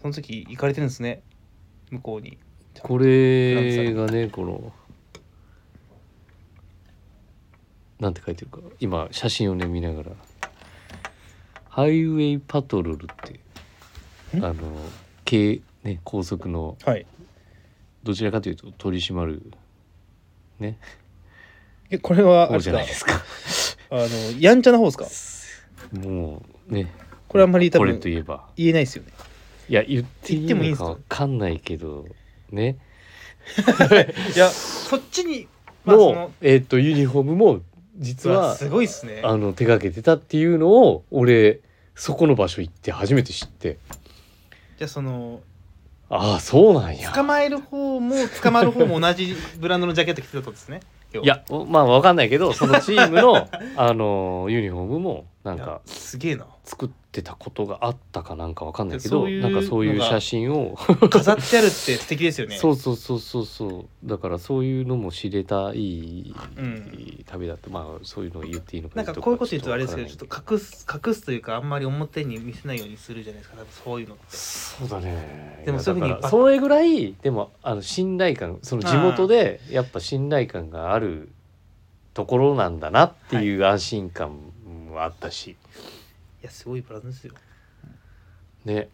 A: その時行かれてるんですね向こうに
B: これがねこのなんて書いてるか今写真をね見ながら「ハイウェイパトロール」って
A: ん
B: あの軽、ね、高速の
A: はい
B: どちらかというと取り締まるね
A: えこれはあ
B: 方
A: れ
B: じゃないですか
A: あのやんちゃな方ですか
B: もうね
A: これあんまり多
B: これ
A: 分
B: といえば
A: 言えないですよね
B: いや言ってい
A: 言
B: い
A: ってもいいん
B: の
A: すか
B: かわかんないけどね
A: いやそっちに、 <laughs> まあ、そ
B: の
A: の
B: えっとユニフォームも実
A: うわ
B: は
A: すごいですね
B: あの手がけてたっていうのを俺そこの場所行って初めて知って
A: じゃあその
B: ああそうなんや
A: 捕まえる方も捕まる方も同じブランドのジャケット着てたってことですね要はい
B: やまあわかんないけどそのチームの <laughs> あのユニフォームもなん
A: いや
B: か
A: すげえな
B: 作ってたことがあったかなんかわかんないけ
A: そ
B: ど
A: ういう
B: なんかそういう
A: のが
B: 写真を、
A: 飾ってあるって素敵ですよね
B: <laughs> そうそうそうそうそうだからそういうのも知れたいい、
A: うん
B: 旅だってまあそういうのを言っていいのか
A: なんかこういうこと言うとあれですけどちょ
B: と
A: っと隠す隠すというかあんまり表に見せないようにするじゃないですか多分そういうのって
B: そうだね
A: でも
B: いや
A: そういうふうに
B: だからそれぐらいでもあの信頼感その地元でやっぱ信頼感があるところなんだなっていう安心感もあったし、
A: いやすごいブランドですよ
B: ね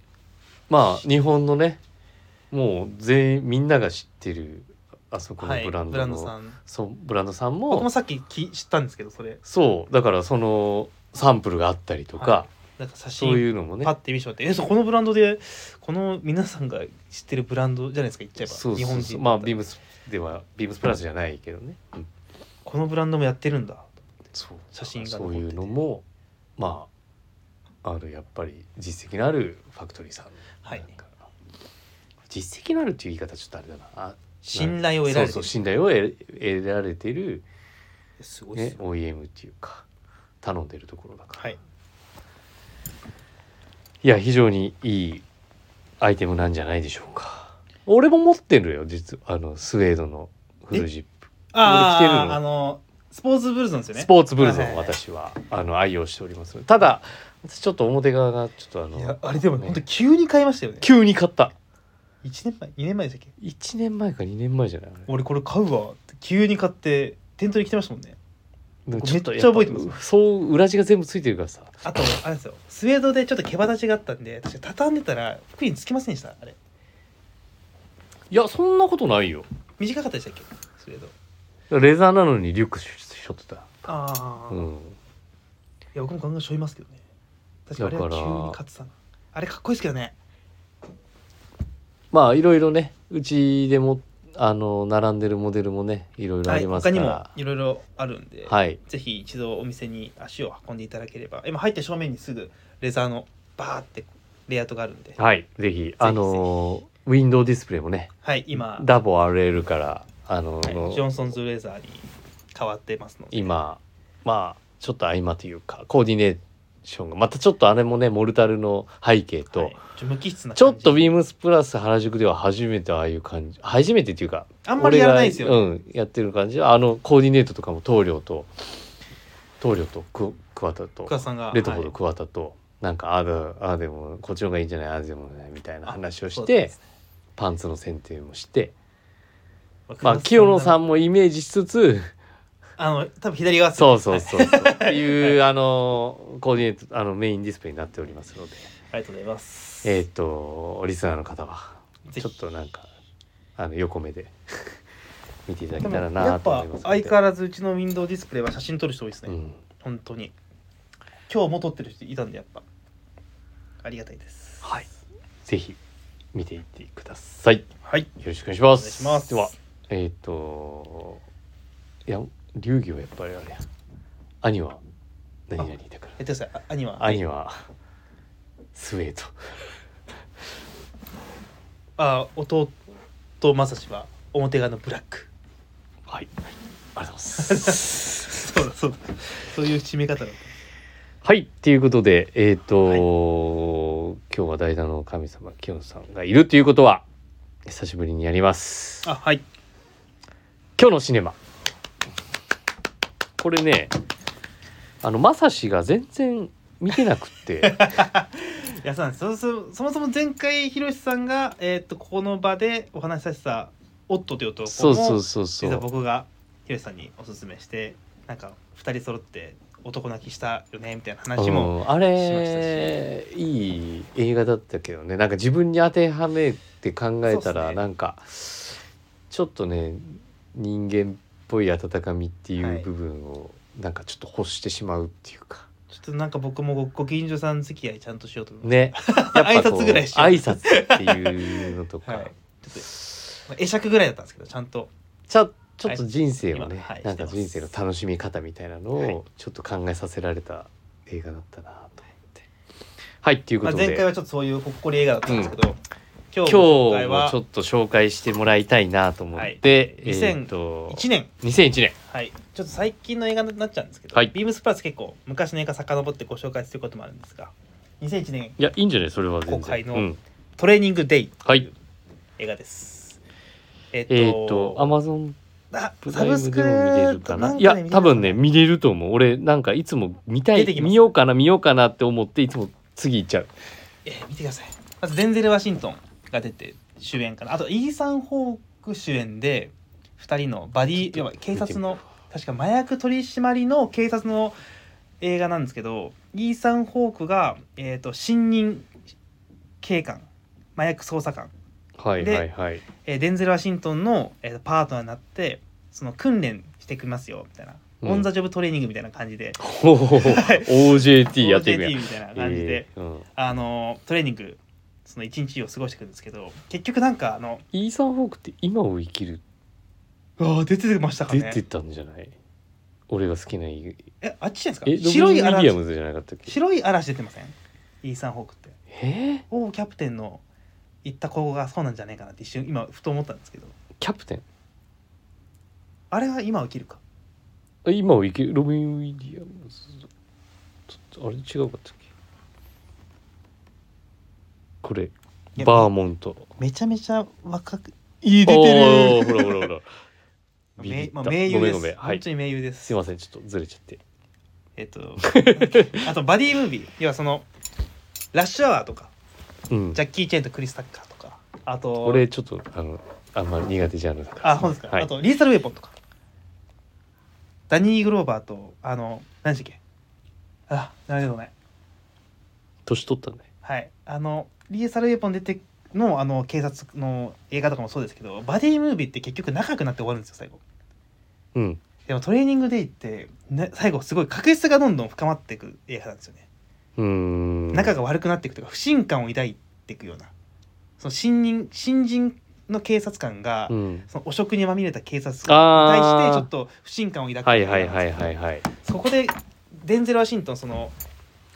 B: まあ日本のねもう全員みんなが知ってるあそこの
A: はいブ
B: ブラ
A: ラ
B: ンド
A: ン
B: の、
A: ドさん
B: そうブランドさん
A: 僕
B: も
A: もさっきき知ったんですけどそれ
B: そうだからそのサンプルがあったりとか、
A: はなんか写
B: そう
A: 真
B: いうのもね
A: パッて見せてもらってえそうこのブランドでこの皆さんが知ってるブランドじゃないですか言っちゃえば
B: そうそうそう
A: 日本人
B: まあビームスではビームスプラスじゃないけどね、うん
A: このブランドもやってるんだ
B: そう
A: 写真が
B: そ
A: 残っ
B: う
A: て
B: い
A: て
B: うのもまああるやっぱり実績のあるファクトリーさん
A: はい
B: なんか実績のあるっていう言い方ちょっとあれだなあ
A: 信頼を得られ
B: そう
A: て
B: そ
A: る
B: う信頼を得得られてる、
A: すごいっ
B: ね
A: す、よ
B: OEM っていうか頼んでるところだから、
A: はい
B: いや非常にいいアイテムなんじゃないでしょうか俺も持ってるよ実はあのスウェードのフルジップ、
A: あ
B: 俺着てる
A: ー
B: の
A: あのスポーツブルズなんですよね
B: スポーツブルゾンを
A: はいはい
B: 私はあの愛用しておりますただ私ちょっと表側がちょっとあ
A: いや
B: の
A: あれでもね本当急に買いましたよね
B: 急に買った
A: 1年前2年前でしたっけ
B: 1年前か2年前じゃないあれ
A: 俺これ買うわって急に買って店頭に来てましたもんね
B: でもと
A: めっちゃ覚えてます
B: やぱそう裏地が全部ついてるからさ
A: あとあれですよスウェードでちょっと毛羽立ちがあったんで確か畳んでたら服につきませんでしたあれ
B: いやそんなことないよ
A: 短かったでしたっけスウェード
B: レザーなのにリュックしょってた
A: ああ、
B: う
A: い
B: ん
A: や僕もガンガンしょいますけどね確かあれは
B: だ
A: 急
B: から
A: に買ってたなあれかっこいいですけどね
B: まあいろいろねうちでもあの並んでるモデルもねいろいろあ
A: はい
B: りま
A: 他
B: すか
A: に
B: ら、
A: も
B: はい
A: ろいろあるんで、ぜひ一度お店に足を運んでいただければ今入って正面にすぐレザーのバーってレイアウトがあるんではい、
B: はいぜひあのウィンドウディスプレイもね
A: 今
B: ダボ RL からあ
A: は
B: の、
A: いジョンソンズレザーに変わってますので
B: 今まあちょっと合間というかコーディネーションがまたちょっとあれもねモルタルの背景と、
A: はいちょ無機質な感じ
B: ちょっとビームスプラス原宿では初めてああいう感じ初めてっていうか
A: あんまりやらないですよね
B: 俺がうんやってる感じあのコーディネートとかも棟梁と棟梁とく桑田と
A: 福田さんが
B: レトフォード
A: はい
B: 桑田と、なんかああだああでもこっちの方がいいんじゃないああでもないみたいな話を
A: そ
B: し
A: うで
B: て
A: すね
B: パンツの選定もして
A: 桑
B: まあ
A: 田
B: 清野さ
A: ん
B: んもイメージし
A: <laughs>
B: つつ
A: あの多分左側っす
B: そうそうそうそう。っていう、あの、コーディネート、あの、メインディスプレイになっておりますので、
A: ありがとうございます
B: えっ、と、リスナーの方は、
A: ぜひ
B: ちょっとなんか、あの、
A: <laughs>
B: 横目で見ていただ
A: で
B: け
A: も
B: たら
A: や
B: な
A: っ
B: と思
A: ぱ
B: いますので。
A: 相変わらずうちのウィンドウディスプレイは写真撮る人多いですね、
B: うん。
A: 本当に今日も撮ってる人いたんでやっぱありがたいです
B: はい。ぜひ、見ていってください。よ
A: はい
B: ろしくお願いしま
A: お
B: す。
A: 願いします
B: では、えっ、と、いや、流儀はやっぱりあれや。兄は、何々だから
A: やっ。てくださいあ兄は
B: 兄は、スウェード。
A: あ弟まさしは表側のブラック <laughs>
B: はい。ありがとうございます。
A: そうだそうだそういう締め方だ
B: はい、ということで、えっ、と、今日は代打の神様、キヨンさんがいるということは、久しぶりにやります。
A: あはい
B: 今日のシネマ。これね、あの、まさしが全然見てなくて、
A: いやそうなんですそそそもそも前回ひろしさんが、えー、とここの場でお話しさせた「オット」という男も
B: <laughs> そうそうそう
A: 実
B: そ
A: は
B: う。
A: 僕がひろしさんにおすすめしてなんか2人揃って男泣きしたよねみたいな話も
B: うんあ
A: しました
B: れいい映画だったけどねなんか自分に当てはめて考えた
A: そうっ
B: ら、
A: すね
B: なんかちょっとね人間っぽい温かみってい
A: はいう
B: 部分を、なんかちょっと欲してしまうっていうか
A: ちょっとなんか僕もごご近所さん付き合いちゃんとしようと思います。
B: ねやっぱこ
A: <laughs>
B: う
A: 挨拶ぐらいしよう
B: 挨拶っていうのと
A: <laughs>
B: か、
A: はい。ちょっとまあ会釈ぐらいだったんですけど、ちゃんと
B: ちゃちょっと人生をね、
A: はいはい
B: なんか
A: してま
B: 人
A: す
B: 生の楽しみ方みたいなの
A: はい
B: をちょっと考えさせられた映画だったなと思ってはいというこ
A: まあ、
B: と
A: 前
B: で、
A: 回はちょっとそういうほっこり映画だったんですけど、今
B: 今
A: 日
B: 日
A: の今
B: も
A: は
B: ちょっと紹介してもらいたいなと思って、
A: はい
B: えーと
A: 1年、
B: 2001年
A: はい、ちょっと最近の映画になっちゃうんですけど、
B: はい
A: ビームスプラス結構昔の映画遡ってご紹介することもあるんですが2001年
B: いやいいんじゃないそれは全然
A: 公開の
B: うん
A: 「トレーニング・デイ」と
B: はいいう
A: 映画です。えっ
B: えっ、とアマゾン
A: あ
B: プラ
A: サ
B: イム
A: ブ
B: で
A: スク
B: も見れるかな
A: なんか
B: い
A: で
B: や
A: 見れるかな
B: 多分ね見れると思う俺なんかいつも見たい
A: 出てきます
B: 見ようかな見ようかなって思っていつも次行っちゃう
A: えー見てくださいまずデンゼル・ワシントンが出て主演かなあとイーサン・ホーク主演で2人のバディ要は警察の確か麻薬取り締まりの警察の映画なんですけどイーサン・ホークが、えー、と新任警官麻薬捜査官、
B: はい
A: で
B: はいはい
A: えーデンゼル・ワシントンの、えーとパートナーになってその訓練してきますよみたいな、
B: うん
A: オン・ザ・ジョブトレーニングみたいな感じで
B: ほほほ OJT やっていくやん
A: OJT みたいな感じで。
B: えーうん
A: あのトレーニングその一日を過ごしていくんですけど結局なんかあの
B: イーサン・ホークって今を生きる
A: あ出てましたか
B: 出
A: ね
B: てたんじゃない俺が好きな映
A: えあっちじゃない
B: 画え
A: ですか
B: ロ
A: 白
B: ビン・
A: い
B: ウィリア
A: 嵐
B: ムズじゃなかったっけ
A: 白い嵐出てませんイーサン・ホークって
B: え
A: オーキャプテンの言った子がそうなんじゃないかなって一瞬今ふと思ったんですけど
B: ーキャプテン
A: あれは今起きるか
B: あ今を生きるロビン・ウィリアムズちょっとあれ違うかったっけこれ
A: や
B: バーモント
A: めちゃめちゃ若くいい
B: おーほらほらほらビビ
A: <laughs> め
B: った
A: まあ、名優です
B: ごめんごめんはい
A: 本当に名優です
B: すいませんちょっとずれちゃって
A: えっと <laughs> あとバディムービー要はそのラッシュアワーとか
B: うん
A: ジャッキー・チェーンとクリス・タッカーとかあと
B: 俺ちょっとあのあんまり苦手じゃなかった
A: あ、本ですか。
B: はい
A: あと、リーサルウェポンとか。ダニー・グローバーと、あの、何でしたっけあ、なるほどね。
B: 年取ったね
A: はい。あの、リーサルウェポン出ての、あの、警察の映画とかもそうですけど、バディムービーって結局仲良くなって終わるんですよ、最後。
B: うん
A: でも、トレーニングデイって、ね、最後すごい確執がどんどん深まっていく映画なんですよね。
B: うーん
A: 仲が悪くなっていくというか、不信感を抱いていくような。その新人、新人の警察官が、
B: うん
A: その汚職にまみれた警察官に対
B: あー
A: してちょっと不信感を抱く
B: は
A: 映
B: い
A: 画な
B: は
A: んで
B: い
A: すよ
B: はいはいはい
A: そこでデンゼル・ワシントンその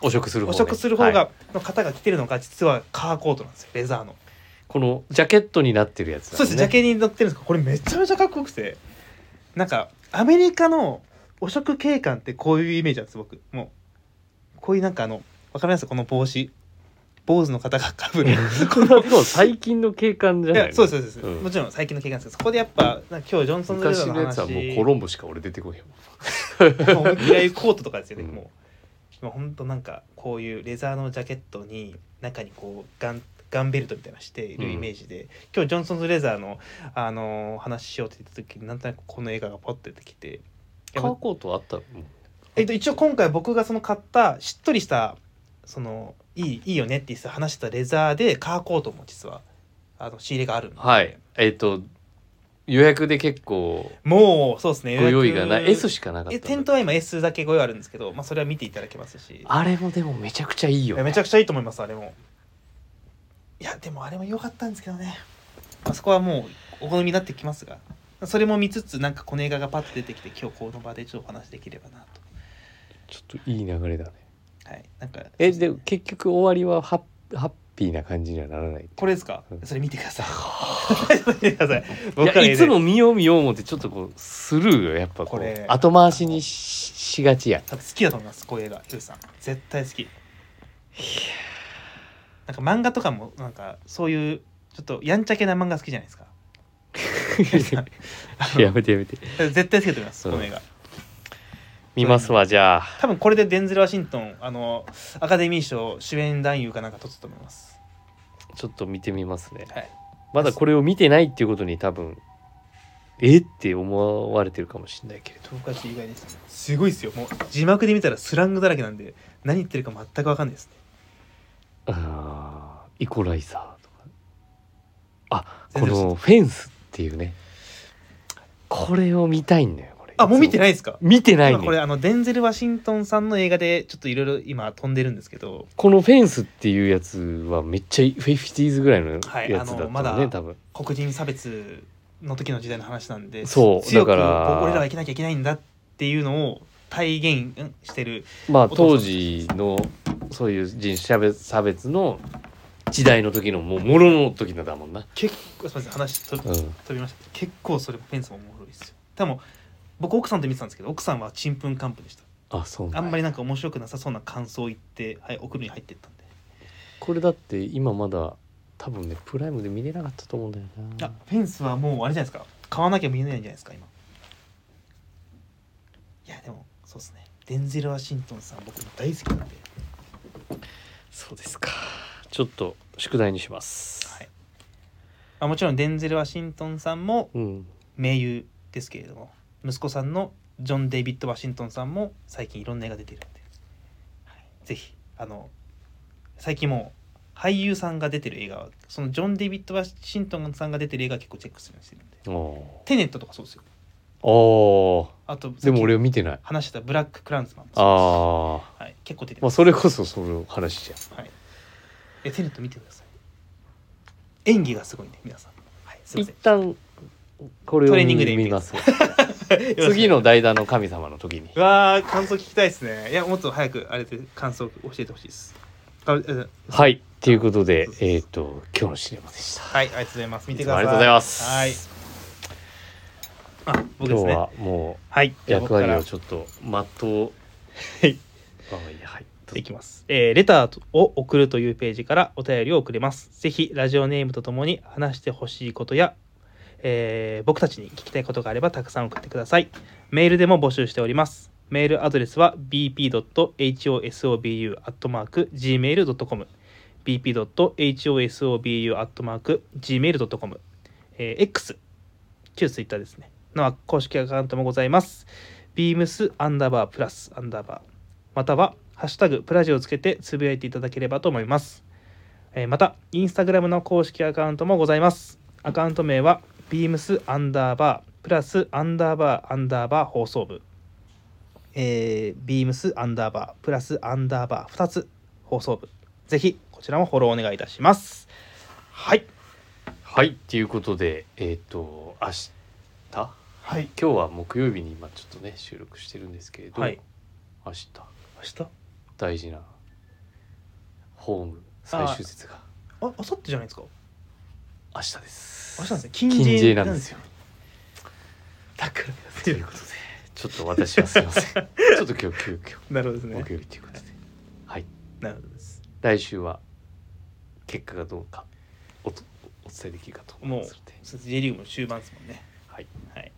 B: 汚職する
A: 汚
B: 方、ね、
A: 職する方が、
B: はい
A: の方が着てるのが実はカーコートなんですよレザーの、
B: このジャケットになってるやつだ
A: そうですジャケに乗ってるんですけどこれめちゃめちゃかっこよくてなんかアメリカの汚職警官ってこういうイメージなんです僕もうこういうなんかあのわかりますこの帽子坊主の方がか
B: <laughs>
A: ぶるこの
B: <laughs> もう最近の景観じゃ
A: い
B: ない
A: やそうですそうです、
B: うん
A: もちろん最近の警官ですけどそこでやっぱなんか今日ジョンソン・レザー
B: 昔
A: の
B: のや
A: 話
B: つはもうコロンボしか俺出てこへんわ
A: もう嫌いコートとかですよね、
B: うん
A: もうもうほんとなんかこういうレザーのジャケットに中にこうガンガンベルトみたいなのしているイメージで、今日ジョンソンズレザーの、あのー話しようって言った時になんとなくこの映画がポッと出てきて、
B: カーコートあったの
A: えっと、一応今回僕がその買ったしっとりしたそのいいいいよねって話してたレザーでカーコートも実はあの仕入れがあるんで、
B: はいえっ、と予約で結構
A: もうそうですね
B: ご用意がな
A: 予約
B: い S しかなかった
A: え
B: んだ
A: 店頭は今 S だけご用意あるんですけど、まあ、それは見ていただけますし
B: あれもでもめちゃくちゃいいよ
A: いやめちゃくちゃいいと思いますあれもいやでもあれも良かったんですけどねあそこはもうお好みになってきますがそれも見つつなんかこの映画がパッと出てきて今日この場でちょっとお話できればな
B: ちょっといい流れだね
A: とはいなんか
B: え
A: そうすね
B: で結局終わりはハッハッピーな感じにはならない
A: これですか
B: うん
A: それ見てくださ <laughs> い見てください
B: い
A: 僕か
B: や
A: ら
B: い
A: 言うね
B: つも見よう見よう思ってちょっとこうスルーよやっぱこ
A: こ
B: う
A: れ
B: 後回しにししが
A: <laughs>
B: ちや <laughs>
A: 多分好きだと思いますこういう映画ヒューさん絶対好きなんか漫画とかもなんかそういうちょっとやんちゃ系な漫画好きじゃないです
B: <laughs>
A: かヒューさんあの
B: やめて
A: <laughs>
B: やめて
A: 絶対好きだと思います
B: うん
A: この映画
B: 見ますわじゃあ
A: 多分これでデンゼル・ワシントンあのアカデミー賞主演男優かなんか取ったと思います
B: ちょっと見てみますね
A: はい
B: まだこれを見てないっていうことに多分えって思われてるかもしれないけれど
A: トンカチ以外ですすごいですよもう字幕で見たらスラングだらけなんで何言ってるか全く分かんないですね
B: あーイコライザーとかあ
A: 全
B: こ
A: 然
B: のフェンスっていうねこれを見たいんだよこれ
A: あもう見てないですか
B: 見てない
A: 今
B: ね
A: これあのデンゼル・ワシントンさんの映画でちょっといろいろ今飛んでるんですけど
B: このフェンスっていうやつはめっちゃフィフティーズぐらいのやつだっ
A: はい
B: たのね、
A: あのまだ
B: 多分
A: 黒人差別の時の時代の話なんで
B: そう
A: 強く
B: だから
A: こう俺らは生きなきゃいけないんだっていうのを体現んしてる
B: まあ
A: お父さん
B: 当時のそういう人種差別差別の時代の時のもうものの時のだもんな、
A: 結構すみません話と
B: うん、
A: 飛びました結構それフェンスもおもろいですよでも僕奥さんと見てたんですけど奥さんはちんぷんかんぷんでした
B: あそうなん
A: あ
B: だ
A: んまりなんか面白くなさそうな感想を言って、はい、送るに入ってったんで
B: これだって今まだ多分ねプライムで見れなかったと思うんだよ
A: いや
B: な
A: フェンスはもうあれじゃないですか買わなきゃ見えないんじゃないですか今いやでもそうですねデンゼル・ワシントンさん僕大好きなんで、
B: そうですかちょっと宿題にします、
A: はいまあ、もちろんデンゼル・ワシントンさんも
B: うん
A: 名優ですけれども息子さんのジョン・デイビッド・ワシントンさんも最近いろんな映画出てるんで、はいぜひあの最近もう俳優さんが出てる映画はそのジョン・デイビッド・ワシントンさんが出てる映画は結構チェックするようにしてるんで
B: お
A: テネットとかそうですよ
B: ーお
A: あとさっき
B: ーでも俺は見てない
A: 話してたブラック・クランズマンもそう
B: ああ
A: ですはい、結構出て
B: ま
A: ま
B: あ
A: す、
B: それこそその話じゃん
A: はい、えテネット見てください演技がすごいんで皆さん、はい、すいま
B: 一
A: せん
B: 旦これを
A: トレーニングで
B: 見
A: 見
B: ます
A: よ <laughs> ろしく
B: 次の代打の神様の時
A: <laughs>
B: に
A: うわー感想聞きたいですねいやもっと早くあれで感想を教えてほしいですあうん
B: はいということでえっ、と今日のシネマでした
A: はいありがとうございます見て
B: い
A: く
B: つ
A: ださい
B: もありがとうございます
A: はいあ僕で
B: 今日
A: すね
B: はも
A: はいじ
B: う
A: ゃあ僕
B: 役
A: か
B: 割
A: ら
B: をちょっと全う
A: はい
B: あいやはい
A: いきます、えーレターを送るというページからお便りを送れますぜひラジオネームとともに話してほしいことや、えー僕たちに聞きたいことがあればたくさん送ってくださいメールでも募集しておりますメールアドレスは bp.hosobu.gmail.com bp.hosobu.gmail.com、えー X 旧 Twitter ですねの公式アカウントもございますビームスアンダーバープラスアンダーバーまたは「ハッシュタグプラジ」をつけてつぶやいていただければと思います、えーまたインスタグラムの公式アカウントもございますアカウント名は beams アンダーバープラスアンダーバーアンダーバー放送部えー、beams アンダーバープラスアンダーバー2つ放送部ぜひこちらもフォローお願いいたしますはい
B: はいということでえっ、と明日今
A: はい
B: 日は木曜日に今ちょっとね収録してるんですけれど、
A: はい
B: 明日
A: 明日あ
B: 大事なホーム最終節が
A: 明後日じゃないですか
B: 明日です
A: 明日なんですね
B: 近
A: 近
B: 日
A: 日
B: な
A: なんん
B: で
A: ですす
B: よ
A: よだから
B: ということでちょっと私はすい
A: <laughs>
B: ませんちょっと今日急遽
A: なるほどですね
B: 木曜日ということではい
A: なるほどです
B: 来週は結果がどうかおとお伝えできるかと思いますので
A: そうです J リーグも終盤ですもんね
B: はい
A: はい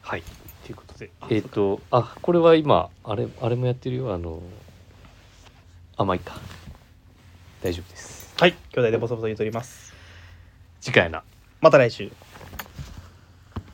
B: はいということで
A: あ
B: えっ、とあこれは今あれあれもやってるよあのあまあいいか大丈夫です
A: はい、兄弟でボソボソ言うとります。
B: 次回な
A: また来週。